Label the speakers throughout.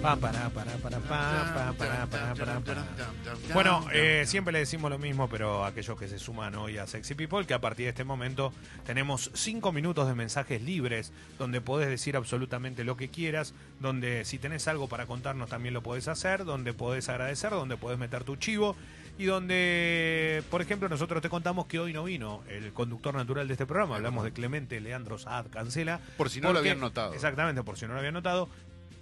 Speaker 1: Pa, para, para, para, pa, pa, para, para, para, para. Bueno, eh, siempre le decimos lo mismo, pero a aquellos que se suman hoy a Sexy People, que a partir de este momento tenemos cinco minutos de mensajes libres, donde podés decir absolutamente lo que quieras, donde si tenés algo para contarnos también lo podés hacer, donde podés agradecer, donde podés meter tu chivo, y donde, por ejemplo, nosotros te contamos que hoy no vino el conductor natural de este programa, hablamos de Clemente Leandro Saad Cancela.
Speaker 2: Por si no lo habían notado.
Speaker 1: Exactamente, por si no lo habían notado,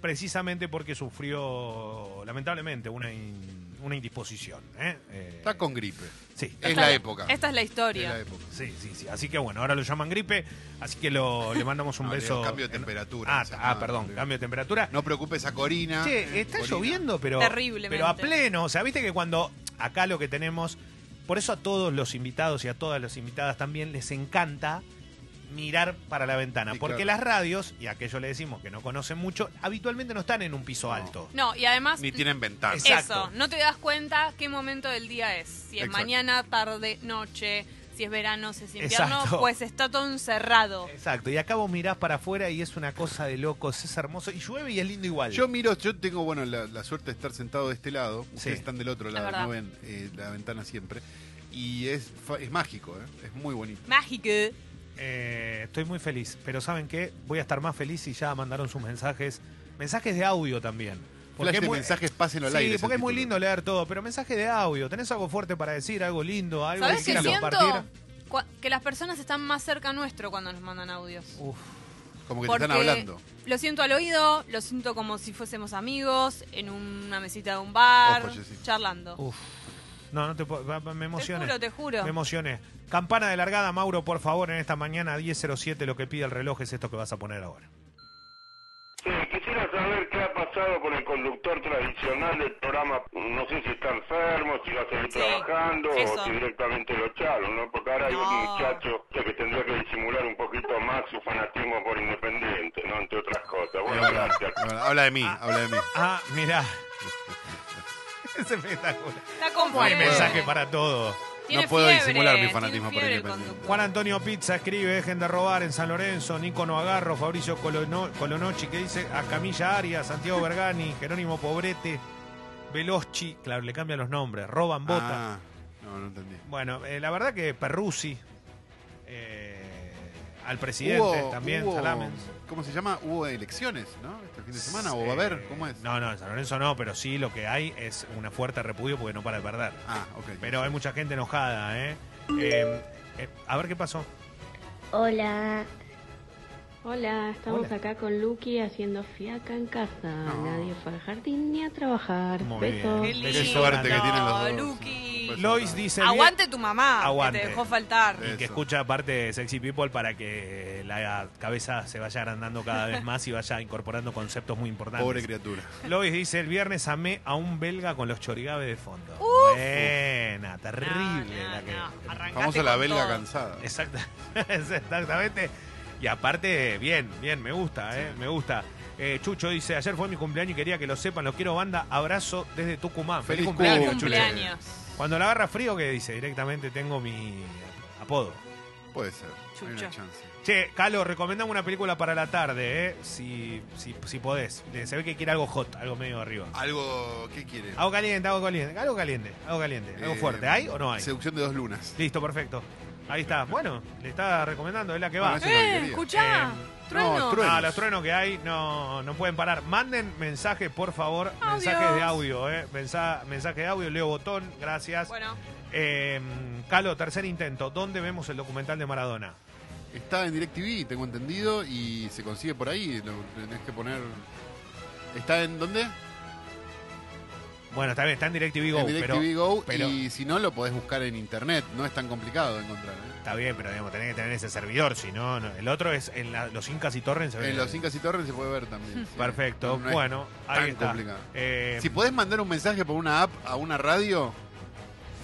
Speaker 1: precisamente porque sufrió, lamentablemente, una, in- una indisposición. ¿eh? Eh,
Speaker 2: Está con gripe.
Speaker 1: Sí.
Speaker 2: Es la época.
Speaker 3: Esta es la
Speaker 2: Es
Speaker 3: historia.
Speaker 2: la época.
Speaker 1: Sí, sí, sí. Así que bueno, ahora lo llaman gripe, así que lo, le mandamos un
Speaker 2: No, le digo
Speaker 1: beso.
Speaker 2: cambio de
Speaker 1: en-
Speaker 2: temperatura,
Speaker 1: Ah,
Speaker 2: esa
Speaker 1: ah,
Speaker 2: nada,
Speaker 1: perdón,
Speaker 2: no,
Speaker 1: cambio de temperatura.
Speaker 2: No preocupes a Corina.
Speaker 1: Che, está
Speaker 2: Corina.
Speaker 1: lloviendo, pero,
Speaker 3: Terriblemente.
Speaker 1: pero a pleno. O sea, viste que cuando acá lo que tenemos, por eso a todos los invitados y a todas las invitadas también les encanta mirar para la ventana.
Speaker 2: Sí,
Speaker 1: porque las
Speaker 2: claro.
Speaker 1: radios, y a aquellos le decimos que no conocen mucho, habitualmente no están en un piso
Speaker 2: No.
Speaker 1: alto.
Speaker 3: No, y además,
Speaker 2: Ni tienen ventanas.
Speaker 1: Exacto.
Speaker 3: eso, no te das cuenta qué momento del día es. Si es
Speaker 2: Exacto.
Speaker 3: mañana, tarde, noche, si es verano, si es invierno,
Speaker 1: Exacto.
Speaker 3: pues está todo encerrado.
Speaker 1: Exacto, y acá vos mirás para afuera y es una cosa de locos, es hermoso, y llueve y es lindo igual.
Speaker 2: Yo miro, yo tengo, bueno, la, la suerte de estar sentado de este lado. Ustedes
Speaker 1: Sí.
Speaker 2: están del otro lado,
Speaker 3: verdad.
Speaker 2: no ven eh, la ventana siempre. Y es, fa- es mágico, ¿eh? es muy bonito.
Speaker 3: Mágico.
Speaker 1: Eh, estoy muy feliz, pero ¿saben qué? Voy a estar más feliz si ya mandaron sus mensajes, mensajes de audio también.
Speaker 2: Flash
Speaker 1: es
Speaker 2: de
Speaker 1: muy-
Speaker 2: mensajes, pásenlo al
Speaker 1: Sí,
Speaker 2: aire. el
Speaker 1: porque es muy
Speaker 2: título.
Speaker 1: lindo leer todo, pero mensaje de audio. ¿Tenés algo fuerte para decir? ¿Algo lindo? ¿Algo
Speaker 3: ¿Sabes
Speaker 1: que
Speaker 3: qué
Speaker 1: quieras
Speaker 3: siento?
Speaker 1: compartir?
Speaker 3: Cua- Que las personas están más cerca nuestro cuando nos mandan audios.
Speaker 1: Uf,
Speaker 2: Como que te
Speaker 3: Porque
Speaker 2: están hablando.
Speaker 3: Lo siento al oído, lo siento como si fuésemos amigos, en una mesita de un bar,
Speaker 2: Ojo, Jessy.
Speaker 3: charlando.
Speaker 1: uf. No, no te puedo. va- va- Me
Speaker 3: te
Speaker 1: emocioné.
Speaker 3: juro, te juro.
Speaker 1: Uh, Me emocioné. Campana de largada, Mauro, por favor, en esta mañana 10.07. Lo que pide el reloj es esto que vas a poner ahora.
Speaker 4: Sí, quisiera saber qué ha pasado con el conductor tradicional del programa. No sé si está enfermo, si va a seguir
Speaker 3: Sí,
Speaker 4: trabajando
Speaker 3: eso.
Speaker 4: o si directamente lo echaron, ¿no? Porque ahora hay un
Speaker 3: No.
Speaker 4: muchacho que tendría que disimular un poquito más su fanatismo por Independiente, ¿no? Entre otras cosas. Bueno,
Speaker 2: Bueno,
Speaker 4: gracias.
Speaker 2: bueno, habla de mí, habla de mí.
Speaker 1: Ah, mirá. es espectacular.
Speaker 3: Está
Speaker 1: Hay
Speaker 3: confundido.
Speaker 1: mensaje para todo.
Speaker 3: Tiene
Speaker 2: No puedo
Speaker 3: fiebre,
Speaker 2: disimular mi
Speaker 3: tiene
Speaker 2: fanatismo por
Speaker 3: fiebre el
Speaker 2: Independiente.
Speaker 3: conductor.
Speaker 1: Juan Antonio Pizza escribe, dejen de robar en San Lorenzo, Nico Noagarro, Fabricio Colono- Colonochi, que dice a Camilla Arias, Santiago Bergani, Jerónimo Pobrete, Veloschi, claro, le cambian los nombres, roban botas.
Speaker 2: Ah, no, no entendí.
Speaker 1: Bueno, eh, la verdad que Perruzzi, eh, al presidente
Speaker 2: Hubo-
Speaker 1: también,
Speaker 2: hubo-
Speaker 1: Salamens.
Speaker 2: ¿Cómo se llama? Hubo elecciones, ¿no? Este fin de semana, o va a
Speaker 1: Eh,
Speaker 2: haber, ¿cómo es?
Speaker 1: No, no, en San Lorenzo no, pero sí lo que hay es una fuerte repudio porque no para de perder.
Speaker 2: Ah, ok.
Speaker 1: Pero hay mucha gente enojada, ¿eh? Eh, eh, a ver qué pasó.
Speaker 5: Hola. Hola, estamos
Speaker 1: Hola.
Speaker 5: acá con Lucky haciendo fiaca en casa.
Speaker 2: No.
Speaker 5: Nadie fue al jardín ni a trabajar.
Speaker 1: Muy
Speaker 5: Besos.
Speaker 1: bien.
Speaker 3: Qué
Speaker 1: Qué
Speaker 3: lindo,
Speaker 1: suerte que
Speaker 2: tienen los dos.
Speaker 3: Luqui.
Speaker 2: Pues-
Speaker 1: Lois dice... bien-
Speaker 3: Aguante tu mamá,
Speaker 1: Aguante.
Speaker 3: que te dejó faltar.
Speaker 1: Y que
Speaker 2: Eso.
Speaker 1: escucha aparte de Sexy People para que la cabeza se vaya agrandando cada vez más y vaya incorporando conceptos muy importantes.
Speaker 2: Pobre criatura.
Speaker 1: Lois dice, el viernes amé a un belga con los chorigabe de fondo. Buena, terrible.
Speaker 3: No, no,
Speaker 1: la que-
Speaker 3: no, arrancaste
Speaker 2: Famosa la
Speaker 3: con
Speaker 2: belga
Speaker 3: todo.
Speaker 2: cansada.
Speaker 1: Exacta, es exactamente. Y aparte, bien, bien, me gusta, ¿eh? me gusta. Eh, Chucho dice, ayer fue mi cumpleaños y quería que lo sepan, lo quiero banda, abrazo desde Tucumán.
Speaker 2: Feliz
Speaker 3: Feliz
Speaker 2: Chucho.
Speaker 3: cumpleaños. Eh,
Speaker 1: Cuando la agarra frío, que dice, directamente tengo mi apodo.
Speaker 2: Puede ser. Hay una
Speaker 3: Chucho.
Speaker 2: chance.
Speaker 1: Che, Calo, recomendame una película para la tarde, ¿eh? Si, si, si podés. Le- Se ve que quiere algo hot, algo medio arriba.
Speaker 2: Algo, ¿qué quiere?
Speaker 1: Algo caliente, algo caliente, algo caliente, algo caliente, Ah, algo
Speaker 2: Eh,
Speaker 1: fuerte. ¿Hay o no hay?
Speaker 2: Seducción de dos lunas.
Speaker 1: Listo, perfecto. Ahí está. Bueno, le está recomendando, es la que
Speaker 2: Bueno,
Speaker 1: va.
Speaker 2: es- Eso es lo que
Speaker 3: Eh,
Speaker 2: quería.
Speaker 3: escuchá,
Speaker 1: Eh,
Speaker 3: trueno.
Speaker 2: no, trueno.
Speaker 1: Ah, los truenos que hay no, no pueden parar. Manden mensajes, por favor. Mensajes de audio, ¿eh? Mensa- mensaje de audio, Leo Botón, gracias.
Speaker 3: Bueno,
Speaker 1: Eh, Calo, tercer intento. ¿Dónde vemos el documental de Maradona?
Speaker 2: Está en DirecTV, tengo entendido, y se consigue por ahí. Lo tenés que poner. ¿Está en dónde?
Speaker 1: Bueno, está bien, está en DirecTV Go,
Speaker 2: en
Speaker 1: pero...
Speaker 2: DirecTV Go.
Speaker 1: pero-
Speaker 2: y si no, lo podés buscar en internet. No es tan complicado de encontrar. ¿eh?
Speaker 1: Está bien, pero digamos, tenés que tener ese servidor, si no, no. el otro es en la- los Incas y Torrens. se ve.
Speaker 2: En los Incas y Torres se puede ver también. sí.
Speaker 1: Perfecto,
Speaker 2: No es
Speaker 1: bueno, ahí
Speaker 2: tan
Speaker 1: está.
Speaker 2: complicado.
Speaker 1: Eh,
Speaker 2: Si podés mandar un mensaje por una app a una radio,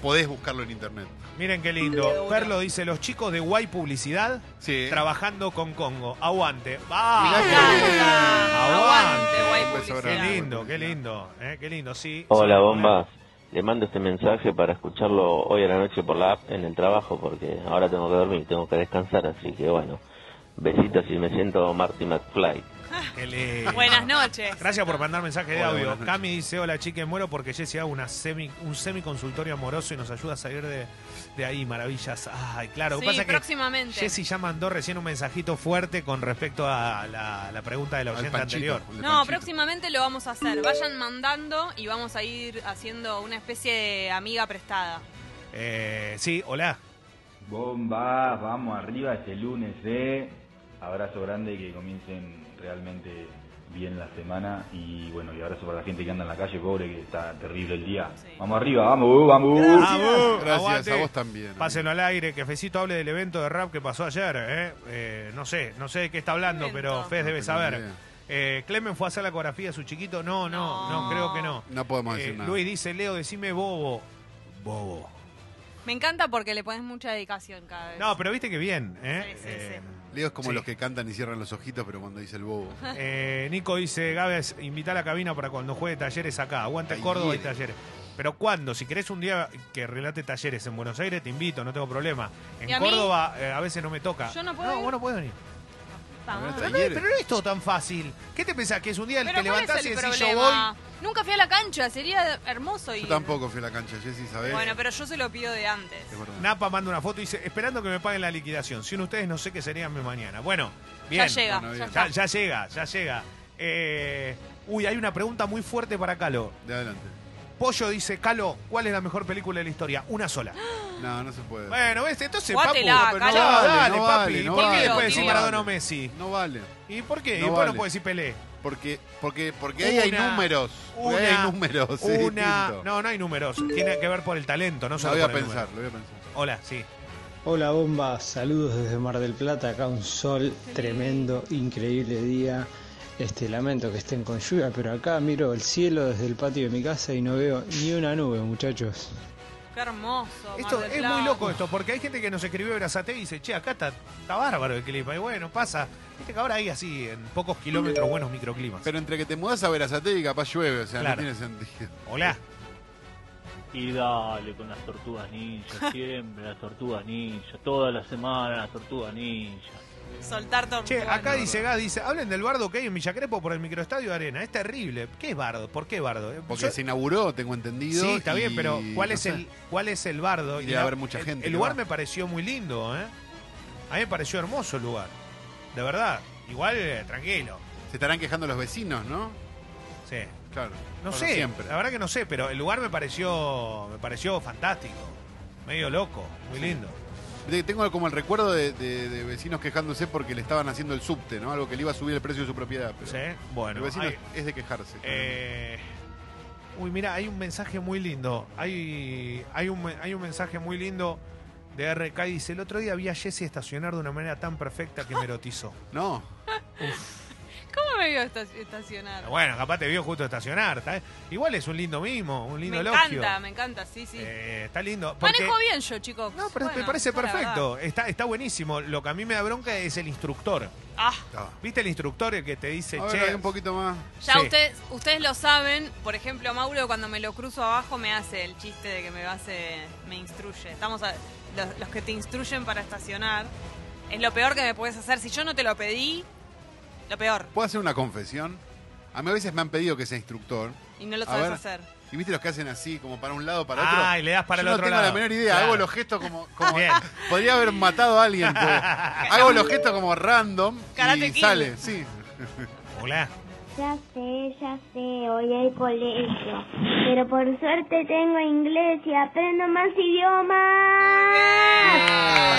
Speaker 2: podés buscarlo en internet.
Speaker 1: Miren qué lindo. Perlo dice, los chicos de Guay Publicidad
Speaker 2: Sí.
Speaker 1: trabajando con Congo. Aguante.
Speaker 2: Mirá
Speaker 1: ¡Va!
Speaker 2: que-
Speaker 3: Canta.
Speaker 1: Aguante.
Speaker 3: Aguante, guay
Speaker 2: Un beso
Speaker 3: publicidad.
Speaker 1: Qué
Speaker 2: grande.
Speaker 1: lindo, qué lindo, eh, qué lindo, sí.
Speaker 6: Hola,
Speaker 1: Sí,
Speaker 6: bombas. Le mando este mensaje para escucharlo hoy a la noche por la app en el trabajo, porque ahora tengo que dormir, tengo que descansar, así que bueno. Besitos y me siento Marty McFly.
Speaker 1: Qué lindo.
Speaker 3: Buenas noches.
Speaker 1: Gracias por mandar mensaje de
Speaker 2: Hola,
Speaker 1: audio.
Speaker 2: buenas noches.
Speaker 1: Cami dice, hola chique, muero porque Jessy haga una semi, un semiconsultorio amoroso y nos ayuda a salir de, de ahí, maravillas. Ay, claro, lo que
Speaker 3: Sí,
Speaker 1: pasa es que
Speaker 3: próximamente.
Speaker 1: Jessy ya mandó recién un mensajito fuerte con respecto a la, la pregunta de la
Speaker 2: Al
Speaker 1: oyente
Speaker 2: Panchito,
Speaker 1: anterior.
Speaker 2: el de
Speaker 3: No,
Speaker 2: Panchito.
Speaker 3: próximamente lo vamos a hacer. Vayan mandando y vamos a ir haciendo una especie de amiga prestada.
Speaker 1: Eh, sí, hola.
Speaker 7: Bomba, vamos arriba este lunes, ¿eh? Abrazo grande, que comiencen realmente bien la semana. Y bueno, y abrazo para la gente que anda en la calle, pobre, que está terrible el día.
Speaker 3: Sí.
Speaker 7: Vamos arriba, vamos, vamos.
Speaker 8: Ah,
Speaker 1: Abu,
Speaker 2: Uh,
Speaker 1: Ah,
Speaker 2: Gracias,
Speaker 1: Uh, aguante.
Speaker 2: a vos también.
Speaker 1: Pásenlo al aire, que Fecito hable del evento de rap que pasó ayer. ¿eh? Eh, no sé, no sé de qué está hablando,
Speaker 3: Evento.
Speaker 1: pero Fez
Speaker 2: No
Speaker 1: debe
Speaker 2: tengo
Speaker 1: saber.
Speaker 2: idea.
Speaker 1: Eh, Clemen fue a hacer la ecografía de su chiquito. No, no, no,
Speaker 3: No.
Speaker 1: creo que no.
Speaker 2: No podemos
Speaker 1: Eh,
Speaker 2: decir nada.
Speaker 1: Luis dice, Leo, decime bobo. Bobo.
Speaker 3: Me encanta porque le pones mucha dedicación cada vez.
Speaker 1: No, pero viste que bien. ¿eh?
Speaker 3: Sí, sí,
Speaker 1: Eh,
Speaker 2: Leo es como
Speaker 1: Sí.
Speaker 2: los que cantan y cierran los ojitos, pero cuando dice el bobo.
Speaker 1: eh, Nico dice, Gávez, invita a la cabina para cuando juegue talleres acá. Aguante
Speaker 2: Ahí
Speaker 1: Córdoba y
Speaker 2: viene.
Speaker 1: talleres. Pero cuando, si querés un día que relate talleres en Buenos Aires, te invito, no tengo problema.
Speaker 3: ¿Y
Speaker 1: En
Speaker 3: a mí?
Speaker 1: Córdoba eh, a veces no me toca.
Speaker 3: Yo no puedo
Speaker 1: No,
Speaker 3: ir.
Speaker 1: vos no podés venir.
Speaker 3: Vamos.
Speaker 2: Pero
Speaker 1: Pero no, pero no es todo tan fácil. ¿Qué te pensás? Que es un día el
Speaker 3: Pero
Speaker 1: que
Speaker 3: ¿cuál
Speaker 1: levantás
Speaker 3: es
Speaker 1: y
Speaker 3: el
Speaker 1: decís yo
Speaker 3: problema?
Speaker 1: voy.
Speaker 3: Nunca fui a la cancha, sería hermoso ir.
Speaker 2: Yo tampoco fui a la cancha, Jessy, ¿sabés?
Speaker 3: Bueno, pero yo se lo pido de antes.
Speaker 2: Es verdad.
Speaker 1: Napa manda una foto y dice, esperando que me paguen la liquidación. Sin ustedes no sé qué sería mi mañana. Bueno, bien.
Speaker 3: ya llega,
Speaker 2: Bueno,
Speaker 3: ya
Speaker 2: bien.
Speaker 3: está.
Speaker 1: Ya, ya llega, ya llega. Eh, uy, hay una pregunta muy fuerte para Calo.
Speaker 2: De adelante.
Speaker 1: Pollo dice, Calo, ¿cuál es la mejor película de la historia? Una sola.
Speaker 2: No, no se puede.
Speaker 1: Bueno, ¿ves? Entonces,
Speaker 3: Jugátela,
Speaker 1: papu.
Speaker 3: Calo.
Speaker 1: No,
Speaker 2: No
Speaker 1: dale,
Speaker 2: vale, no
Speaker 1: papi.
Speaker 2: vale, no
Speaker 1: ¿Por qué
Speaker 3: vale.
Speaker 1: después decís
Speaker 3: No
Speaker 1: Maradona o
Speaker 2: vale.
Speaker 1: Mesí?
Speaker 2: No vale.
Speaker 1: ¿Y por qué? ¿Y
Speaker 2: No
Speaker 1: después no
Speaker 2: vale.
Speaker 1: puedes decir Pelé?
Speaker 2: Porque, porque, porque ahí hay
Speaker 1: Una,
Speaker 2: números. Porque ahí hay números. es
Speaker 1: una-
Speaker 2: distinto.
Speaker 1: no, no hay números. Tiene que ver por el talento, no
Speaker 2: lo
Speaker 1: solo
Speaker 2: voy a
Speaker 1: por el número.
Speaker 2: pensar, lo voy a pensar.
Speaker 1: Hola, sí.
Speaker 9: Hola bomba, saludos desde Mar del Plata, acá un sol tremendo, increíble día. Este lamento que estén con lluvia, pero acá miro el cielo desde el patio de mi casa y no veo ni una nube, muchachos.
Speaker 3: Qué hermoso. Mar
Speaker 1: Esto
Speaker 3: del
Speaker 1: es
Speaker 3: Plata.
Speaker 1: muy loco esto, porque hay gente que nos escribió Brazate y dice, che, acá está, está bárbaro el clima. Y bueno, pasa. Viste que ahora hay así, en pocos kilómetros, buenos microclimas.
Speaker 2: Pero entre que te mudas a Verazate y capaz llueve, o sea,
Speaker 1: Claro.
Speaker 2: no tiene sentido.
Speaker 1: Hola.
Speaker 8: Y dale con las tortugas ninja, siempre las tortugas ninja, toda la semana las tortugas ninja.
Speaker 3: Soltar tortugas.
Speaker 1: Che, acá dice Gas, dice, hablen del bardo que hay en Villacrepo por el microestadio de Arena. Es terrible. ¿Qué es bardo? ¿Por qué bardo? Eh,
Speaker 2: Porque
Speaker 1: yo-
Speaker 2: se inauguró, tengo entendido.
Speaker 1: Sí, está bien,
Speaker 2: y
Speaker 1: pero ¿cuál
Speaker 2: no
Speaker 1: es
Speaker 2: sé.
Speaker 1: el cuál es el bardo?
Speaker 2: Y debe haber mucha
Speaker 1: el-
Speaker 2: gente
Speaker 1: El
Speaker 2: que
Speaker 1: lugar
Speaker 2: va.
Speaker 1: me pareció muy lindo, ¿eh? A mí me pareció hermoso el lugar. De verdad. Igual, eh, tranquilo.
Speaker 2: Se estarán quejando los vecinos, ¿no?
Speaker 1: Sí.
Speaker 2: Claro.
Speaker 1: No
Speaker 2: Como
Speaker 1: sé,
Speaker 2: Siempre.
Speaker 1: la verdad que no sé, pero el lugar me pareció me pareció fantástico, medio loco, muy lindo.
Speaker 2: De- Tengo como el recuerdo de, de- de vecinos quejándose porque le estaban haciendo el subte, ¿no? Algo que le iba a subir el precio de su propiedad. pero
Speaker 1: Sí,
Speaker 2: El
Speaker 1: Bueno,
Speaker 2: vecino
Speaker 1: hay-
Speaker 2: es de quejarse.
Speaker 1: eh, uy, mira, hay un mensaje muy lindo. Hay hay un me- hay un mensaje muy lindo de RK dice, "El otro día vi a Jesse estacionar de una manera tan perfecta que me erotizó."
Speaker 2: No,
Speaker 3: ¿Cómo me vio esta- estacionar?
Speaker 1: bueno, capaz te vio justo estacionar, ¿tá? Igual es un lindo mimo, un
Speaker 3: me
Speaker 1: lindo elogio.
Speaker 3: encanta, me encanta, sí, sí.
Speaker 1: Eh, está lindo. porque-
Speaker 3: Manejo bien yo, chicos.
Speaker 1: No, pero me
Speaker 3: Bueno,
Speaker 1: parece
Speaker 3: esa es la
Speaker 1: perfecto.
Speaker 3: verdad.
Speaker 1: Está, está buenísimo. Lo que a mí me da bronca es el instructor.
Speaker 3: Ah,
Speaker 2: no.
Speaker 1: ¿Viste el instructor el que te dice,
Speaker 2: A ver,
Speaker 1: che?
Speaker 2: hay un poquito más.
Speaker 3: ya
Speaker 1: Sí.
Speaker 3: ustedes, ustedes lo saben. Por ejemplo, Mauro cuando me lo cruzo abajo me hace el chiste de que me hace, me instruye. Estamos a- los, los que te instruyen para estacionar. Es lo peor que me puedes hacer. Si yo no te lo pedí, lo peor.
Speaker 2: ¿Puedo hacer una confesión? A mí a veces me han pedido que sea instructor.
Speaker 3: Y no lo
Speaker 2: A
Speaker 3: sabes
Speaker 2: ver.
Speaker 3: hacer.
Speaker 2: Y viste los que hacen así, como para un lado, para otro.
Speaker 1: Ah, y le das para
Speaker 2: Yo
Speaker 1: el otro
Speaker 2: no tengo
Speaker 1: lado.
Speaker 2: la menor idea.
Speaker 1: Claro.
Speaker 2: Hago los gestos como. como-
Speaker 1: Bien.
Speaker 2: podría haber matado a alguien. pero hago los gestos como random.
Speaker 3: Karate
Speaker 2: y
Speaker 3: Kid.
Speaker 2: sale, sí.
Speaker 1: Hola.
Speaker 10: Ya sé, ya sé, hoy hay colegio. Pero por suerte tengo inglés y aprendo más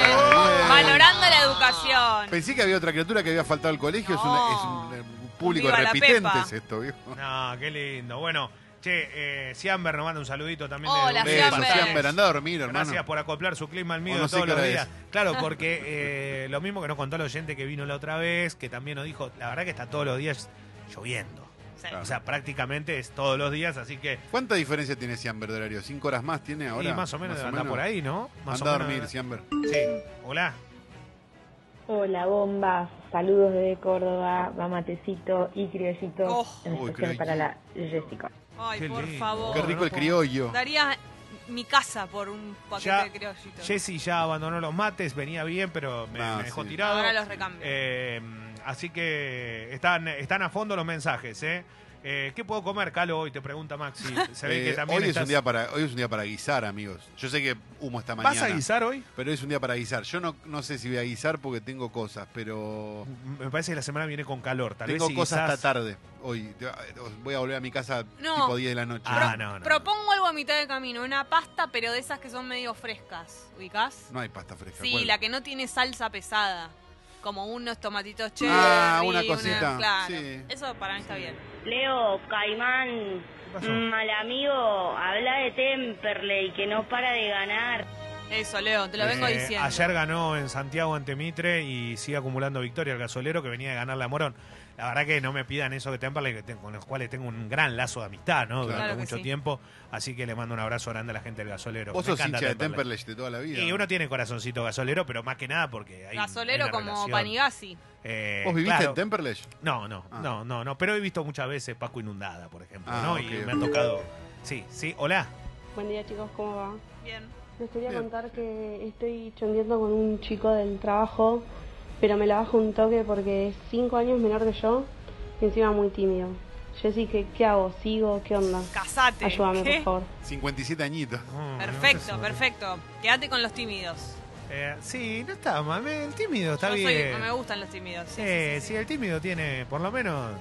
Speaker 10: idiomas.
Speaker 3: Valorando la educación.
Speaker 2: Pensé que había otra criatura que había faltado al colegio. Es, una-
Speaker 3: No.
Speaker 2: es un, un público
Speaker 3: Oh. Viva la
Speaker 2: repitente
Speaker 3: Pepa.
Speaker 2: es esto, viejo.
Speaker 1: No, qué lindo. Bueno, che, eh, Siamber nos manda un saludito también.
Speaker 3: Hola,
Speaker 1: de
Speaker 3: Siamber.
Speaker 2: Beso,
Speaker 1: Parque.
Speaker 2: Siamber, andá a dormir, hermano.
Speaker 1: Gracias por acoplar su clima al mío
Speaker 2: O no sé
Speaker 1: todos
Speaker 2: qué
Speaker 1: los
Speaker 2: hora
Speaker 1: días.
Speaker 2: es.
Speaker 1: Claro, porque eh, lo mismo que nos contó el oyente que vino la otra vez, que también nos dijo, la verdad que está todos los días lloviendo.
Speaker 3: Sí.
Speaker 1: O sea, prácticamente es todos los días, así que...
Speaker 2: ¿Cuánta diferencia tiene Siamber de horario? ¿Cinco horas más tiene ahora?
Speaker 1: y más o menos anda por ahí, ¿no? Más
Speaker 2: Anda
Speaker 1: o
Speaker 2: a
Speaker 1: menos-
Speaker 2: dormir, Siamber.
Speaker 1: Sí. Hola.
Speaker 5: Hola bomba, saludos desde Córdoba, mamatecito y criollito,
Speaker 3: Oh.
Speaker 5: en
Speaker 2: Uy,
Speaker 5: especial
Speaker 2: criollito.
Speaker 5: para la Jessica.
Speaker 3: Ay,
Speaker 1: Qué
Speaker 3: por
Speaker 1: lindo.
Speaker 3: favor.
Speaker 2: Qué rico el
Speaker 1: Oh.
Speaker 2: criollo.
Speaker 3: Daría mi casa por un paquete
Speaker 1: Ya,
Speaker 3: de criollito.
Speaker 1: Jessy ya abandonó los mates, venía bien, pero me,
Speaker 2: Ah,
Speaker 1: me dejó
Speaker 2: sí.
Speaker 1: tirado.
Speaker 3: Ahora los recambio.
Speaker 1: Eh, así que están, están a fondo los mensajes, ¿eh? Eh, ¿Qué puedo comer, Calo, hoy? Te pregunta Maxi. Se ve
Speaker 2: Eh,
Speaker 1: que también
Speaker 2: hoy, es
Speaker 1: estás-
Speaker 2: un día para, hoy es un día para guisar, amigos. Yo sé que humo esta mañana.
Speaker 1: ¿Vas a guisar hoy?
Speaker 2: Pero es un día para guisar. Yo no, no sé si voy a guisar porque tengo cosas, pero
Speaker 1: Me parece que la semana viene con calor. Tal
Speaker 2: tengo
Speaker 1: vez si
Speaker 2: cosas
Speaker 1: guisás-
Speaker 2: hasta tarde hoy. Te- os Voy a volver a mi casa
Speaker 3: No.
Speaker 2: tipo 10 de la noche.
Speaker 1: Ah, no, no.
Speaker 3: Propongo algo a mitad de camino, una pasta, pero de esas que son medio frescas. ¿Ubicás?
Speaker 2: No hay pasta fresca.
Speaker 3: Sí,
Speaker 2: ¿cuál?
Speaker 3: la que no tiene salsa pesada. Como unos tomatitos cherry.
Speaker 2: Ah, una
Speaker 3: una-
Speaker 2: cosita,
Speaker 3: claro.
Speaker 2: sí.
Speaker 3: Eso para mí está bien.
Speaker 5: Leo, Caimán,
Speaker 1: pasó?
Speaker 5: mal amigo, habla de Temperley que no para de ganar.
Speaker 3: Eso, Leo, te lo vengo
Speaker 1: Eh,
Speaker 3: diciendo.
Speaker 1: Ayer ganó en Santiago ante Mitre y sigue acumulando victoria el gasolero que venía de ganar la Morón. La verdad que no me pidan eso de Temperley, que ten- con los cuales tengo un gran lazo de amistad, ¿no? Durante
Speaker 3: Claro que
Speaker 1: mucho
Speaker 3: sí.
Speaker 1: tiempo. Así que le mando un abrazo grande a la gente del gasolero.
Speaker 2: Vos
Speaker 1: Me
Speaker 2: sos
Speaker 1: encanta
Speaker 2: hincha de
Speaker 1: Temperley.
Speaker 2: Temperley de toda la vida.
Speaker 1: Y
Speaker 2: ¿no?
Speaker 1: uno tiene corazoncito gasolero, pero más que nada porque hay.
Speaker 3: Gasolero
Speaker 1: hay una
Speaker 3: como
Speaker 1: relación.
Speaker 3: Panigasi.
Speaker 1: Eh,
Speaker 2: ¿Vos viviste
Speaker 1: claro.
Speaker 2: en Temperley?
Speaker 1: No, no,
Speaker 2: Ah.
Speaker 1: no, no, no. Pero he visto muchas veces Paco Inundada, por ejemplo,
Speaker 2: Ah,
Speaker 1: ¿no?
Speaker 2: ok.
Speaker 1: Y me han tocado. Sí, sí, hola.
Speaker 11: Buen día chicos, ¿cómo va?
Speaker 3: Bien.
Speaker 11: Les quería
Speaker 2: Bien.
Speaker 11: contar que estoy chondeando con un chico del trabajo, pero me la bajo un toque porque es 5 años menor que yo y encima muy tímido. Yo sí que, ¿qué hago? ¿Sigo? ¿Qué onda?
Speaker 3: Casate.
Speaker 11: Ayúdame,
Speaker 3: ¿Qué?
Speaker 11: por favor.
Speaker 2: 57 añitos.
Speaker 1: Mm,
Speaker 3: Perfecto,
Speaker 1: no sé si-
Speaker 3: perfecto. Quédate con los tímidos.
Speaker 1: Eh, sí, no está mal. me- El tímido está
Speaker 3: Yo soy-
Speaker 1: bien. Eh,
Speaker 3: no me gustan los tímidos. Sí, sí,
Speaker 1: Sí,
Speaker 3: sí, sí.
Speaker 1: sí, el tímido tiene, por lo menos.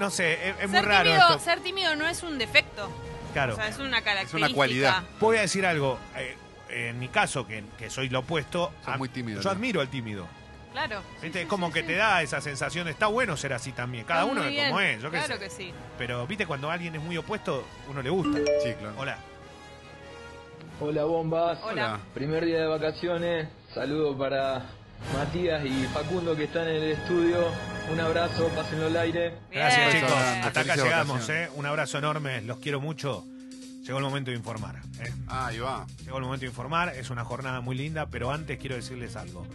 Speaker 1: No sé, es, es muy
Speaker 3: ser,
Speaker 1: raro
Speaker 3: tímido,
Speaker 1: esto.
Speaker 3: ser tímido no es un defecto.
Speaker 1: Claro.
Speaker 3: O sea, es una característica.
Speaker 2: cualidad.
Speaker 1: Voy a decir algo. eh, en mi caso, que, que soy lo opuesto,
Speaker 2: Sos muy tímido,
Speaker 1: yo
Speaker 2: ¿no?
Speaker 1: admiro al tímido.
Speaker 3: Claro.
Speaker 1: ¿Viste? es como que te da esa sensación de está bueno ser así también. Cada
Speaker 3: Está
Speaker 1: uno
Speaker 3: muy
Speaker 1: es como
Speaker 3: bien.
Speaker 1: es, yo qué
Speaker 3: Claro
Speaker 1: sé.
Speaker 3: que sí.
Speaker 1: Pero viste, cuando alguien es muy opuesto, uno le gusta.
Speaker 2: Sí, claro.
Speaker 1: Hola.
Speaker 12: Hola bombas,
Speaker 3: Hola.
Speaker 12: primer día de vacaciones, saludo para Matías y Facundo que están en el estudio, un abrazo, pásenlo al aire.
Speaker 3: Bien.
Speaker 1: Gracias,
Speaker 2: Bien.
Speaker 1: chicos.
Speaker 2: Feliz
Speaker 1: Hasta acá
Speaker 2: vacaciones.
Speaker 1: llegamos, ¿eh? Un abrazo enorme, los quiero mucho. Llegó el momento de informar. ¿eh?
Speaker 2: Ahí va.
Speaker 1: Llegó el momento de informar, es una jornada muy linda, pero antes quiero decirles algo.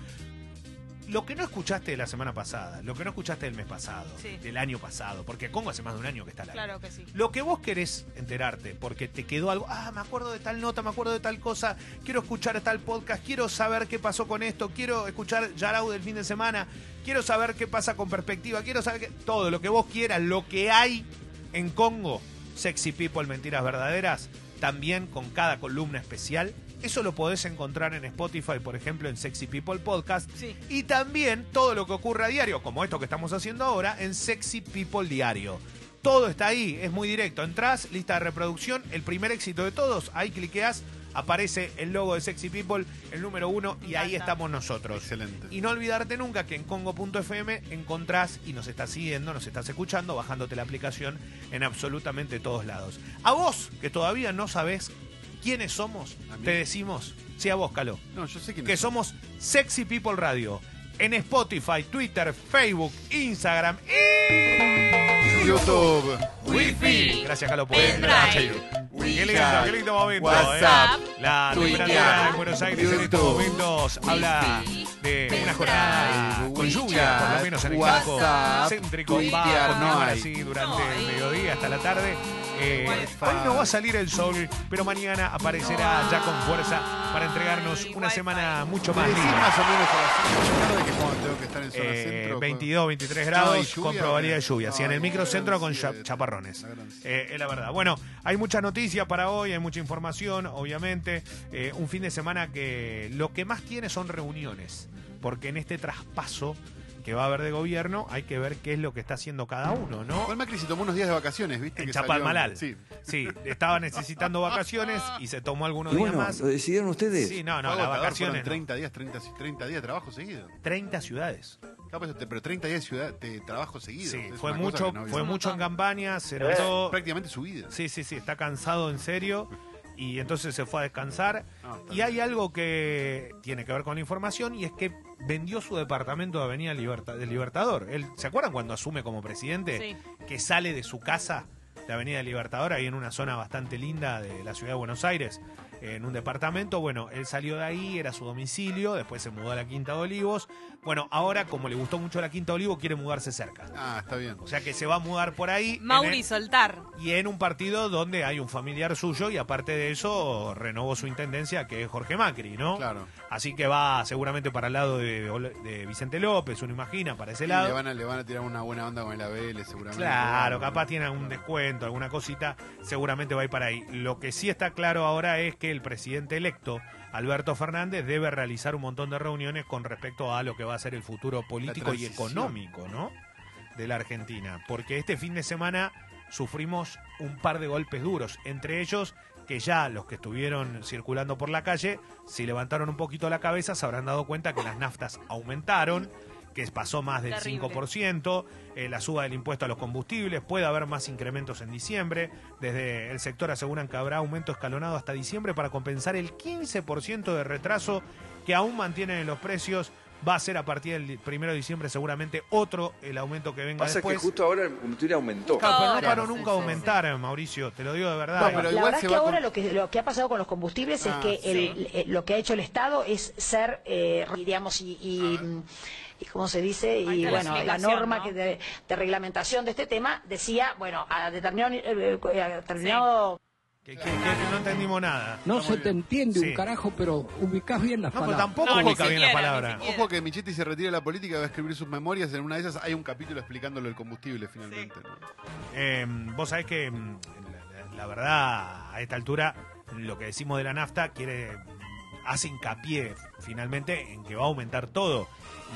Speaker 1: Lo que no escuchaste de la semana pasada, lo que no escuchaste del mes pasado,
Speaker 3: Sí.
Speaker 1: del año pasado, porque Congo hace más de un año que está la
Speaker 3: Claro que sí.
Speaker 1: Lo que vos querés enterarte, porque te quedó algo, ah, me acuerdo de tal nota, me acuerdo de tal cosa, quiero escuchar tal podcast, quiero saber qué pasó con esto, quiero escuchar Yarau del fin de semana, quiero saber qué pasa con perspectiva, quiero saber que- todo lo que vos quieras, lo que hay en Congo, Sexy People, Mentiras Verdaderas, también con cada columna especial. Eso lo podés encontrar en Spotify, por ejemplo, en Sexy People Podcast.
Speaker 3: Sí.
Speaker 1: Y también todo lo que ocurre a diario, como esto que estamos haciendo ahora, en Sexy People Diario. Todo está ahí, es muy directo. Entrás, lista de reproducción, el primer éxito de todos, ahí cliqueás, aparece el logo de Sexy People, el número uno,
Speaker 3: Me
Speaker 1: y ahí
Speaker 3: encanta.
Speaker 1: estamos nosotros.
Speaker 2: Excelente.
Speaker 1: Y no olvidarte nunca que en congo.fm encontrás y nos estás siguiendo, nos estás escuchando, bajándote la aplicación en absolutamente todos lados. A vos, que todavía no sabés quiénes somos,
Speaker 2: ¿A mí?
Speaker 1: te decimos, sí a vos, Caló,
Speaker 2: No, yo sé quién
Speaker 1: que
Speaker 2: es.
Speaker 1: somos Sexy People Radio. En Spotify, Twitter, Facebook, Instagram y...
Speaker 2: YouTube,
Speaker 1: Wifi. Gracias, Calo, por
Speaker 3: Pendrive.
Speaker 1: Qué lindo, qué lindo momento.
Speaker 2: WhatsApp,
Speaker 1: eh. La
Speaker 2: Twitter,
Speaker 1: temperatura de Buenos Aires en estos
Speaker 2: YouTube,
Speaker 1: momentos habla de una jornada con lluvia, por lo menos en el campo
Speaker 2: WhatsApp,
Speaker 1: céntrico.
Speaker 2: Twitter,
Speaker 1: Va a continuar
Speaker 2: no hay.
Speaker 1: así durante el
Speaker 3: No hay.
Speaker 1: mediodía hasta la tarde. Eh,
Speaker 3: Wi-Fi.
Speaker 1: hoy no va a salir el sol, pero mañana aparecerá ya con fuerza para entregarnos
Speaker 3: Ay,
Speaker 1: una
Speaker 3: Wi-Fi.
Speaker 1: semana mucho
Speaker 2: Me
Speaker 1: más
Speaker 2: decís
Speaker 1: linda.
Speaker 2: más o menos a las 5 de la tarde que es cuando tengo que estar en zona
Speaker 1: Eh,
Speaker 2: centro.
Speaker 1: 22, 23
Speaker 2: No, ¿y
Speaker 1: grados
Speaker 2: lluvia?
Speaker 1: con probabilidad de lluvia. sí, en
Speaker 2: Ay,
Speaker 1: el microcentro
Speaker 2: sí,
Speaker 1: con
Speaker 2: sí,
Speaker 1: cha-
Speaker 2: sí.
Speaker 1: chaparrones.
Speaker 2: La gran sí.
Speaker 1: Eh, es la verdad. Bueno, hay mucha noticia para hoy, hay mucha información, obviamente. Eh, un fin de semana que lo que más tiene son reuniones. Porque en este traspaso que va a haber de gobierno hay que ver qué es lo que está haciendo cada uno, ¿no?
Speaker 2: pues. Igual Macri se tomó unos días de vacaciones, ¿viste?
Speaker 1: En
Speaker 2: que salió-
Speaker 1: Chapalmalal.
Speaker 2: Sí.
Speaker 1: Sí, estaba necesitando vacaciones y se tomó algunos
Speaker 13: Y bueno,
Speaker 1: días más.
Speaker 13: ¿lo decidieron ustedes?
Speaker 1: Sí, Ah, no, no,
Speaker 2: Fue
Speaker 1: las
Speaker 2: agotador,
Speaker 1: vacaciones.
Speaker 2: fueron
Speaker 1: no.
Speaker 2: 30 días, 30, 30 días de trabajo seguido.
Speaker 1: 30 ciudades.
Speaker 2: Claro, pues, te- pero 30 días de, ciudad, de trabajo seguido.
Speaker 1: Sí,
Speaker 2: Es
Speaker 1: fue
Speaker 2: una cosa
Speaker 1: mucho,
Speaker 2: que no había.
Speaker 1: fue mucho en campaña, se notó.
Speaker 2: Prácticamente su vida.
Speaker 1: Sí, sí, sí, está cansado en serio y entonces se fue a descansar.
Speaker 2: No, está
Speaker 1: Y
Speaker 2: bien.
Speaker 1: hay algo que tiene que ver con la información y es que vendió su departamento de Avenida Liberta- del Libertador. Él, ¿Se acuerdan cuando asume como presidente
Speaker 3: Sí.
Speaker 1: que sale de su casa de Avenida Libertador ahí en una zona bastante linda de la ciudad de Buenos Aires? en un departamento. Bueno, él salió de ahí, era su domicilio, después se mudó a la Quinta de Olivos. Bueno, ahora como le gustó mucho la Quinta de Olivos, quiere mudarse cerca.
Speaker 2: Ah, está bien.
Speaker 1: O sea que se va a mudar por ahí. en
Speaker 3: Mauri,
Speaker 1: el-
Speaker 3: soltar.
Speaker 1: y en un partido donde hay un familiar suyo y aparte de eso renovó su intendencia que es Jorge Macri, ¿no?
Speaker 2: Claro.
Speaker 1: Así que va seguramente para el lado de, de Vicente López, uno imagina, para ese
Speaker 2: Y
Speaker 1: lado.
Speaker 2: le, van a, le van a tirar una buena onda con el ABL, seguramente.
Speaker 1: Claro, capaz tiene algún descuento, alguna cosita, seguramente va a ir para ahí. Lo que sí está claro ahora es que el presidente electo, Alberto Fernández, debe realizar un montón de reuniones con respecto a lo que va a ser el futuro político y
Speaker 2: transición.
Speaker 1: económico, ¿no? De la Argentina. Porque este fin de semana sufrimos un par de golpes duros, entre ellos que ya los que estuvieron circulando por la calle, si levantaron un poquito la cabeza, se habrán dado cuenta que las naftas aumentaron, que pasó más del
Speaker 3: Terrible.
Speaker 1: 5%, eh, la suba del impuesto a los combustibles, puede haber más incrementos en diciembre, desde el sector aseguran que habrá aumento escalonado hasta diciembre para compensar el 15% de retraso que aún mantienen en los precios. Va a ser a partir del 1 de diciembre seguramente otro el aumento que venga
Speaker 13: Pasa
Speaker 1: después.
Speaker 13: que justo ahora el combustible aumentó.
Speaker 1: Claro, pero no
Speaker 13: Claro.
Speaker 1: paró nunca a aumentar, eh, Mauricio, te lo digo de verdad.
Speaker 14: Bueno, la verdad es que ahora lo, que, lo que ha pasado con los combustibles es
Speaker 1: Ah,
Speaker 14: que el-
Speaker 1: sí.
Speaker 14: eh, lo que ha hecho el Estado es ser, eh, digamos, y, y,
Speaker 1: Ah.
Speaker 14: mm, y ¿cómo se dice?
Speaker 15: Ahí
Speaker 14: Y
Speaker 15: está la
Speaker 14: bueno, la
Speaker 15: explicación,
Speaker 14: norma
Speaker 15: ¿no?
Speaker 14: que de, de reglamentación de este tema decía, bueno, a determinado... eh, eh, a determinado
Speaker 1: No entendimos nada.
Speaker 16: No se te entiende
Speaker 1: Sí. pues
Speaker 16: un carajo, pero ubicás bien las palabras.
Speaker 2: Ojo que Michetti se retira de la política y va a escribir sus memorias. En una de esas hay un capítulo explicándolo del combustible finalmente. Este
Speaker 1: Eh, vos sabés que mm, la, la- la verdad, a esta altura, lo que decimos de la nafta quiere hace hincapié finalmente en que va a aumentar todo.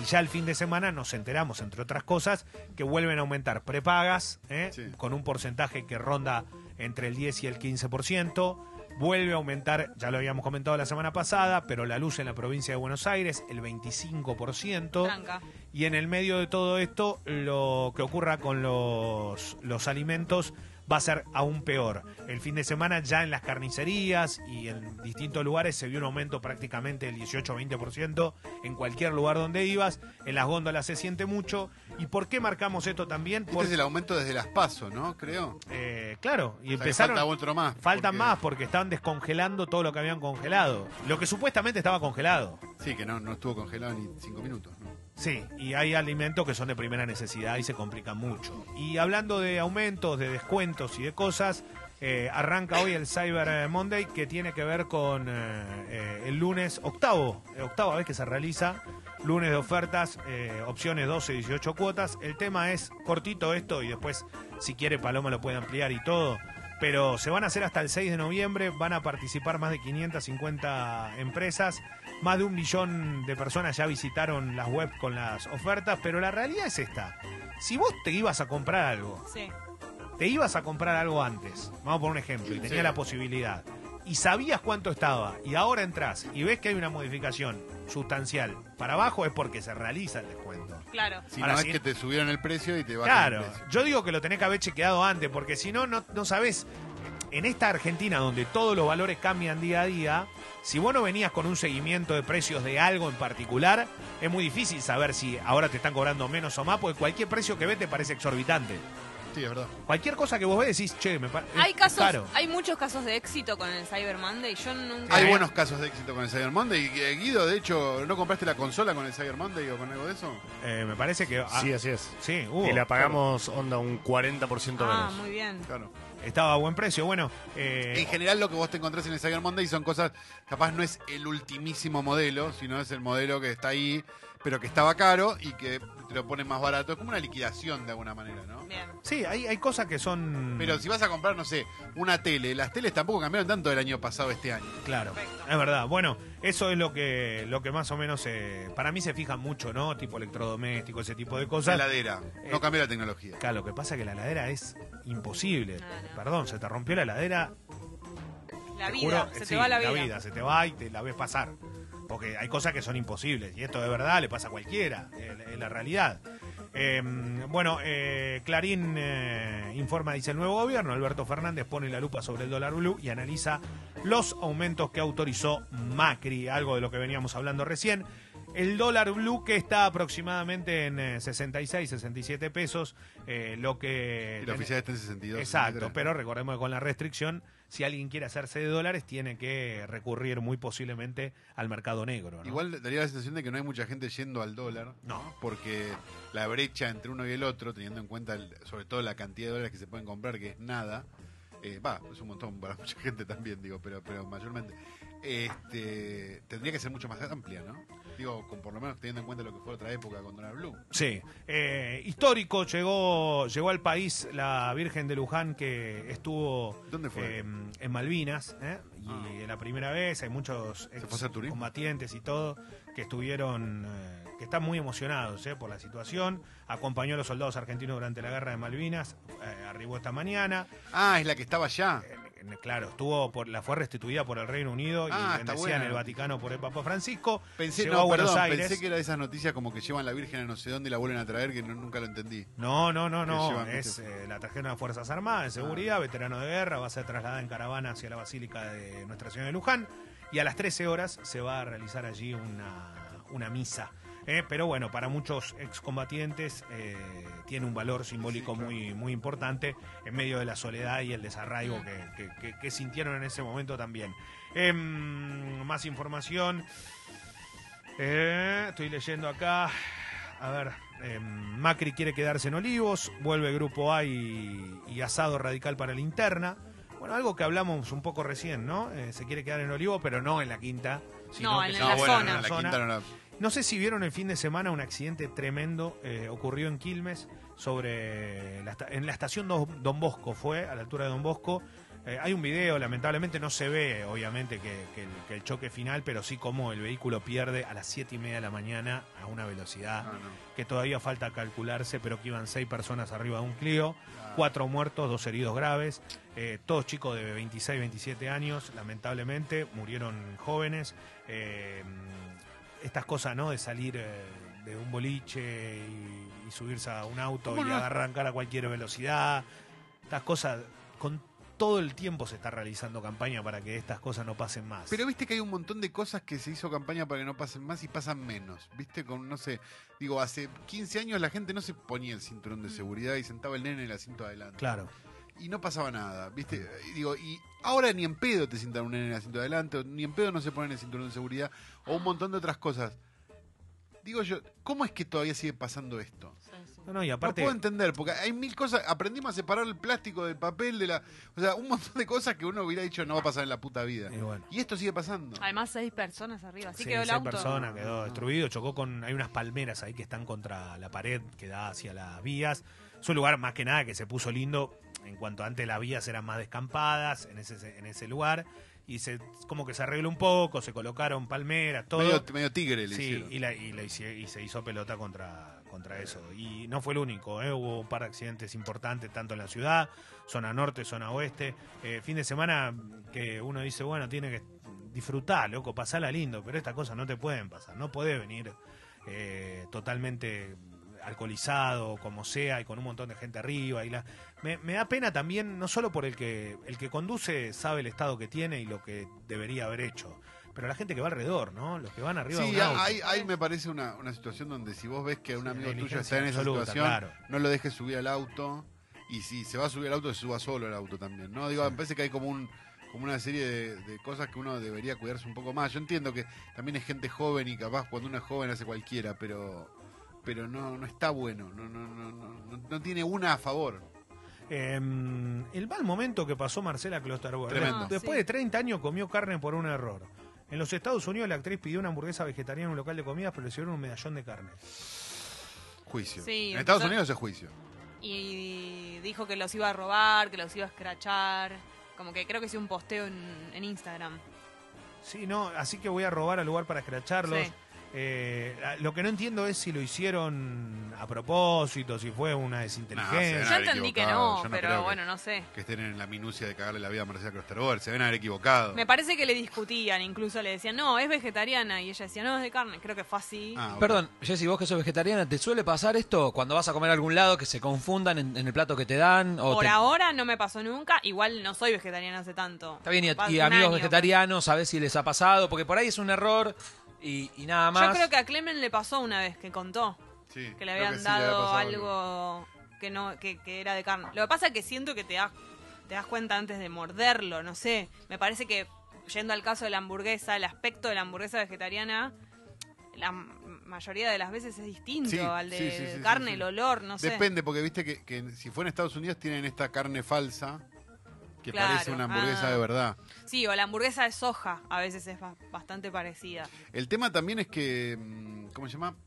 Speaker 1: Y ya el fin de semana nos enteramos, entre otras cosas, que vuelven a aumentar prepagas, ¿eh? con un porcentaje que ronda entre el 10 y el 15%. Vuelve a aumentar, ya lo habíamos comentado la semana pasada, pero la luz en la provincia de Buenos Aires, el 25%.
Speaker 3: Tranca.
Speaker 1: Y en el medio de todo esto, lo que ocurra con los, los alimentos va a ser aún peor. El fin de semana ya en las carnicerías y en distintos lugares se vio un aumento prácticamente del 18-20% en cualquier lugar donde ibas. En las góndolas se siente mucho. ¿Y por qué marcamos esto también?
Speaker 2: Este es el aumento desde las PASO, ¿no? Creo.
Speaker 1: Eh, claro, y
Speaker 2: O sea, que
Speaker 1: empezaron.
Speaker 2: falta otro más.
Speaker 1: Faltan
Speaker 2: porque-
Speaker 1: más porque estaban descongelando todo lo que habían congelado. Lo que supuestamente estaba congelado.
Speaker 2: Sí, que no, no estuvo congelado ni cinco minutos. ¿no?
Speaker 1: Sí, y hay alimentos que son de primera necesidad y se complican mucho. Y hablando de aumentos, de descuentos y de cosas, eh, arranca hoy el Cyber eh, Monday que tiene que ver con eh, eh, el lunes octavo, eh, octava vez que se realiza, lunes de ofertas, eh, opciones 12, 18 cuotas. El tema es cortito esto y después si quiere Paloma lo puede ampliar y todo. Pero se van a hacer hasta el 6 de noviembre, van a participar más de 550 empresas, más de un millón de personas ya visitaron las webs con las ofertas, pero la realidad es esta. Si vos te ibas a comprar algo,
Speaker 3: Sí.
Speaker 1: te ibas a comprar algo antes, vamos por un ejemplo, y tenías
Speaker 3: Sí.
Speaker 1: la posibilidad, y sabías cuánto estaba, y ahora entras y ves que hay una modificación sustancial para abajo, es porque se realiza el descuento.
Speaker 3: Claro.
Speaker 2: Si
Speaker 1: Ahora
Speaker 2: no
Speaker 1: sí.
Speaker 2: es que te subieron el precio y te bajan
Speaker 1: Claro,
Speaker 2: el precio.
Speaker 1: yo digo que lo tenés que haber chequeado antes, porque si no, no, no sabés. En esta Argentina donde todos los valores cambian día a día, si vos no venías con un seguimiento de precios de algo en particular, es muy difícil saber si ahora te están cobrando menos o más, porque cualquier precio que ves te parece exorbitante.
Speaker 2: Sí, es verdad.
Speaker 1: Cualquier cosa que vos ves decís, che, me parece
Speaker 3: Hay casos,
Speaker 1: caro.
Speaker 3: hay muchos casos de éxito con el Cyber Monday. Yo nunca.
Speaker 1: Eh,
Speaker 2: Hay buenos casos de éxito con el Cyber Monday. Eh, Guido, de hecho, ¿no compraste la consola con el Cyber Monday o con algo de eso?
Speaker 1: Eh, me parece que... ah,
Speaker 17: Sí, así es.
Speaker 1: Sí, hubo.
Speaker 17: y la pagamos, onda, un 40%
Speaker 3: Ah,
Speaker 17: menos.
Speaker 3: muy bien.
Speaker 2: Claro.
Speaker 1: Estaba a buen precio. Bueno, eh,
Speaker 2: En general lo que vos te encontrás en el Cyber Monday son cosas, capaz no es el ultimísimo modelo, sino es el modelo que está ahí, pero que estaba caro y que te lo ponen más barato. Es como una liquidación de alguna manera, ¿no?
Speaker 1: Mm. Sí, hay, hay cosas que son...
Speaker 2: Pero si vas a comprar, no sé, una tele, las teles tampoco cambiaron tanto del año pasado a este año.
Speaker 1: Claro, es verdad. Bueno, eso es lo que, lo que más o menos eh, para mí se fija mucho, ¿no? Tipo electrodoméstico, ese tipo de cosas.
Speaker 2: La heladera.
Speaker 1: eh,
Speaker 2: No cambió la tecnología.
Speaker 1: Claro, lo que pasa es que la heladera es imposible. Perdón, se te rompió la heladera.
Speaker 3: La
Speaker 1: te
Speaker 3: vida,
Speaker 1: juro,
Speaker 3: se te
Speaker 1: sí,
Speaker 3: va la vida.
Speaker 1: se te va y te la ves pasar. Porque hay cosas que son imposibles. Y esto de verdad le pasa a cualquiera. Es es la realidad. Eh, bueno, eh, Clarín eh, informa, dice el nuevo gobierno, Alberto Fernández pone la lupa sobre el dólar blue y analiza los aumentos que autorizó Macri, algo de lo que veníamos hablando recién. El dólar blue que está aproximadamente en eh, 66, 67 pesos, eh, lo que...
Speaker 2: Y la oficial está en 62.
Speaker 1: Exacto,
Speaker 2: 63.
Speaker 1: pero recordemos que con la restricción si alguien quiere hacerse de dólares, tiene que recurrir muy posiblemente al mercado negro. ¿no?
Speaker 2: Igual daría la sensación de que no hay mucha gente yendo al dólar, ¿no? Porque la brecha entre uno y el otro, teniendo en cuenta el- sobre todo la cantidad de dólares que se pueden comprar, que es nada, eh, va, es un montón para mucha gente también, digo, pero, pero mayormente, este, tendría que ser mucho más amplia, ¿no? Digo, con, por lo menos teniendo en cuenta lo que fue otra época con Donald Blue.
Speaker 1: Sí, eh, histórico, llegó, llegó al país la Virgen de Luján que estuvo eh, en Malvinas, ¿eh? y la primera vez, hay muchos ex- combatientes y todo que estuvieron, eh, que están muy emocionados ¿eh? por la situación, acompañó a los soldados argentinos durante la guerra de Malvinas, eh, arribó esta mañana.
Speaker 2: Ah, es la que estaba allá.
Speaker 1: Claro, estuvo por, la fue restituida por el Reino Unido
Speaker 2: Ah,
Speaker 1: y
Speaker 2: está
Speaker 1: bendecida
Speaker 2: buena.
Speaker 1: en el Vaticano por el Papa Francisco.
Speaker 2: Pensé,
Speaker 1: llegó
Speaker 2: no,
Speaker 1: a Buenos
Speaker 2: perdón,
Speaker 1: Aires.
Speaker 2: pensé que era de esas noticias como que llevan la Virgen a no sé dónde y la vuelven a traer, que no- nunca lo entendí.
Speaker 1: No, no, no,
Speaker 2: Que
Speaker 1: no.
Speaker 2: llevan,
Speaker 1: Es
Speaker 2: ¿viste?
Speaker 1: eh, la trajeron a Fuerzas Armadas, de seguridad, veterano de guerra, va a ser trasladada en caravana hacia la Basílica de Nuestra Señora de Luján. Y a las 13 horas se va a realizar allí una, una misa. Eh, pero bueno, para muchos excombatientes eh, tiene un valor simbólico muy, muy importante en medio de la soledad y el desarraigo que, que- que- que sintieron en ese momento también. Em, más información. Eh, estoy leyendo acá. A ver, em, Macri quiere quedarse en Olivos, vuelve Grupo A y, y asado radical para la interna. Bueno, algo que hablamos un poco recién, ¿no? Eh, se quiere quedar en Olivos, pero no en la quinta. Sino
Speaker 3: No,
Speaker 1: que
Speaker 3: en
Speaker 1: se
Speaker 3: la
Speaker 1: va a
Speaker 3: zona.
Speaker 1: en
Speaker 3: La quinta no
Speaker 2: la-
Speaker 1: No sé si vieron el fin de semana un accidente tremendo eh, ocurrió en Quilmes sobre la esta- en la estación Don, Don Bosco fue a la altura de Don Bosco. Eh, hay un video, lamentablemente no se ve, obviamente, que, que el, que el choque final, pero sí como el vehículo pierde a las 7 y media de la mañana a una velocidad que todavía falta calcularse, pero que iban seis personas arriba de un Clio, cuatro muertos, dos heridos graves, eh, todos chicos de 26, 27 años, lamentablemente, murieron jóvenes. eh, estas cosas, ¿no? De salir eh, de un boliche y, y subirse a un auto y
Speaker 2: ¿Cómo no?
Speaker 1: arrancar a cualquier velocidad. Estas cosas, con todo el tiempo se está realizando campaña para que estas cosas no pasen más.
Speaker 2: Pero viste que hay un montón de cosas que se hizo campaña para que no pasen más y pasan menos. Viste, con, no sé, digo, hace 15 años la gente no se ponía el cinturón de seguridad y sentaba el nene en el asiento de adelante.
Speaker 1: Mm. Claro.
Speaker 2: Y no pasaba nada, viste. Y digo, y ahora ni en pedo te sientan un nene en el asiento de adelante, o ni en pedo no se ponen el cinturón de seguridad, o un montón de otras cosas. Digo yo, ¿cómo es que todavía sigue pasando esto?
Speaker 1: No, no, y aparte-
Speaker 2: No puedo entender, porque hay mil cosas. Aprendimos a separar el plástico del papel, de la. O sea, un montón de cosas que uno hubiera dicho no va a pasar en la puta vida.
Speaker 1: Eh.
Speaker 2: Y, esto sigue pasando.
Speaker 3: Además, seis personas arriba. Así
Speaker 1: Sí,
Speaker 3: quedó el
Speaker 1: seis
Speaker 3: auto.
Speaker 1: personas, quedó destruido, chocó con... Hay unas palmeras ahí que están contra la pared que da hacia las vías. Es un lugar más que nada que se puso lindo en cuanto antes las vías eran más descampadas en ese, en ese lugar. Y se, como que se arregló un poco, se colocaron palmeras, todo.
Speaker 2: Medio- medio tigre le
Speaker 1: Sí,
Speaker 2: hicieron.
Speaker 1: y, la- y la hici- y se hizo pelota contra, contra eso. Y no fue el único, ¿eh? hubo un par de accidentes importantes tanto en la ciudad, zona norte, zona oeste. Eh, fin de semana que uno dice, bueno, tiene que disfrutar, loco, pasala lindo, pero estas cosas no te pueden pasar, no podés venir eh, totalmente alcoholizado, como sea, y con un montón de gente arriba. Y la... me, me da pena también, no solo por el que el que conduce sabe el estado que tiene y lo que debería haber hecho, pero la gente que va alrededor, ¿no? Los que van arriba de
Speaker 2: Sí,
Speaker 1: un auto.
Speaker 2: ahí, ahí me parece una, una situación donde si vos ves que un amigo tuyo
Speaker 1: negligencia
Speaker 2: está en esa
Speaker 1: absoluta,
Speaker 2: situación,
Speaker 1: claro.
Speaker 2: no lo dejes subir al auto. Y si se va a subir al auto, se suba solo el auto también. ¿no? Digo, me parece que hay como un como una serie de, de cosas que uno debería cuidarse un poco más. Yo entiendo que también es gente joven y capaz cuando uno es joven hace cualquiera, pero pero no, no está bueno. No, no, no, no, no- no tiene una a favor.
Speaker 1: Eh, el mal momento que pasó Marcela Klosterboer.
Speaker 2: Tremendo.
Speaker 1: De- Después de 30 años comió carne por un error. En los Estados Unidos la actriz pidió una hamburguesa vegetariana en un local de comidas, pero le sirvieron un medallón de carne.
Speaker 2: Juicio.
Speaker 3: Sí,
Speaker 2: en Estados
Speaker 3: empezó-
Speaker 2: Unidos es juicio.
Speaker 3: Y dijo que los iba a robar, que los iba a escrachar. Como que creo que hizo un posteo en, en Instagram.
Speaker 1: Sí, no, así que voy a robar al lugar para escracharlos.
Speaker 3: Sí.
Speaker 1: Eh, la- lo que no entiendo es si lo hicieron a propósito, si fue una
Speaker 2: se
Speaker 1: desinteligencia.
Speaker 2: deben haber
Speaker 3: Yo entendí que
Speaker 2: Ah, equivocado,
Speaker 3: no,
Speaker 2: yo
Speaker 3: pero
Speaker 2: creo que-
Speaker 3: bueno, no sé.
Speaker 2: Que estén en la minucia de cagarle la vida a Marcela Crosterover. Se ven a haber equivocado.
Speaker 3: Me parece que le discutían, incluso le decían, no, es vegetariana. Y ella decía, no, es de carne. Creo que fue así.
Speaker 2: Ah,
Speaker 15: Perdón, Jessy, vos que sos vegetariana, ¿te suele pasar esto cuando vas a comer a algún lado que se confundan en, en el plato que te dan? O
Speaker 3: Por
Speaker 15: te-
Speaker 3: ahora no me pasó nunca. Igual no soy vegetariana hace tanto.
Speaker 15: Está bien, y, a-
Speaker 3: Pasa
Speaker 15: y
Speaker 3: un
Speaker 15: amigos
Speaker 3: año.
Speaker 15: vegetarianos, ¿sabés si les ha pasado? Porque por ahí es un error y, y nada más.
Speaker 3: Yo creo que a Clemen le pasó una vez que contó
Speaker 2: Sí,
Speaker 3: que le
Speaker 15: creo
Speaker 3: habían
Speaker 15: que sí, le había
Speaker 3: dado
Speaker 15: pasado
Speaker 3: algo que no que, que era de carne. Lo que pasa es que siento que te da te das cuenta antes de morderlo, no sé. Me parece que, yendo al caso de la hamburguesa, el aspecto de la hamburguesa vegetariana, la m- mayoría de las veces es distinto
Speaker 2: Sí,
Speaker 3: al de
Speaker 2: sí, sí, sí,
Speaker 3: carne,
Speaker 2: sí, sí.
Speaker 3: el olor, no sé.
Speaker 2: Depende, porque viste que, que en- si fuera en Estados Unidos tienen esta carne falsa que
Speaker 3: Claro,
Speaker 2: parece una hamburguesa
Speaker 3: ah.
Speaker 2: de verdad.
Speaker 3: Sí, o la hamburguesa de soja a veces es ba- bastante parecida.
Speaker 2: El tema también es que. mm, ¿Cómo se llama?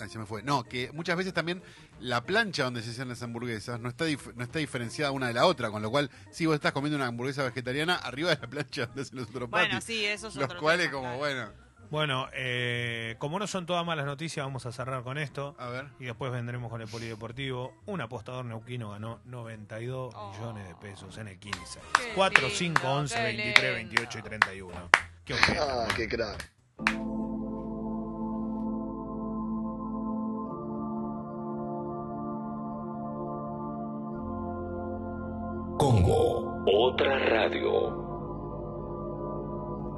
Speaker 2: Ay, se me fue. No, que muchas veces también la plancha donde se hacen las hamburguesas no está, dif- no está diferenciada una de la otra, con lo cual, si vos estás comiendo una hamburguesa vegetariana, arriba de la plancha donde hacen los otros
Speaker 3: Bueno,
Speaker 2: patis.
Speaker 3: sí, eso es
Speaker 2: Los
Speaker 3: otro
Speaker 2: cuales,
Speaker 3: tema, claro.
Speaker 2: como bueno.
Speaker 1: Bueno, eh, como no son todas malas noticias, vamos a cerrar con esto.
Speaker 2: A ver.
Speaker 1: Y después vendremos con el polideportivo. Un apostador neuquino ganó 92 millones de pesos en el 15.
Speaker 18: Oh. Qué
Speaker 1: 4,
Speaker 18: lindo,
Speaker 1: 5, 11,
Speaker 18: qué
Speaker 1: 23,
Speaker 18: lindo.
Speaker 1: 28 y 31. ¿Qué opinas,
Speaker 18: Ah,
Speaker 1: Juan?
Speaker 18: qué crack.
Speaker 19: Congo, otra radio.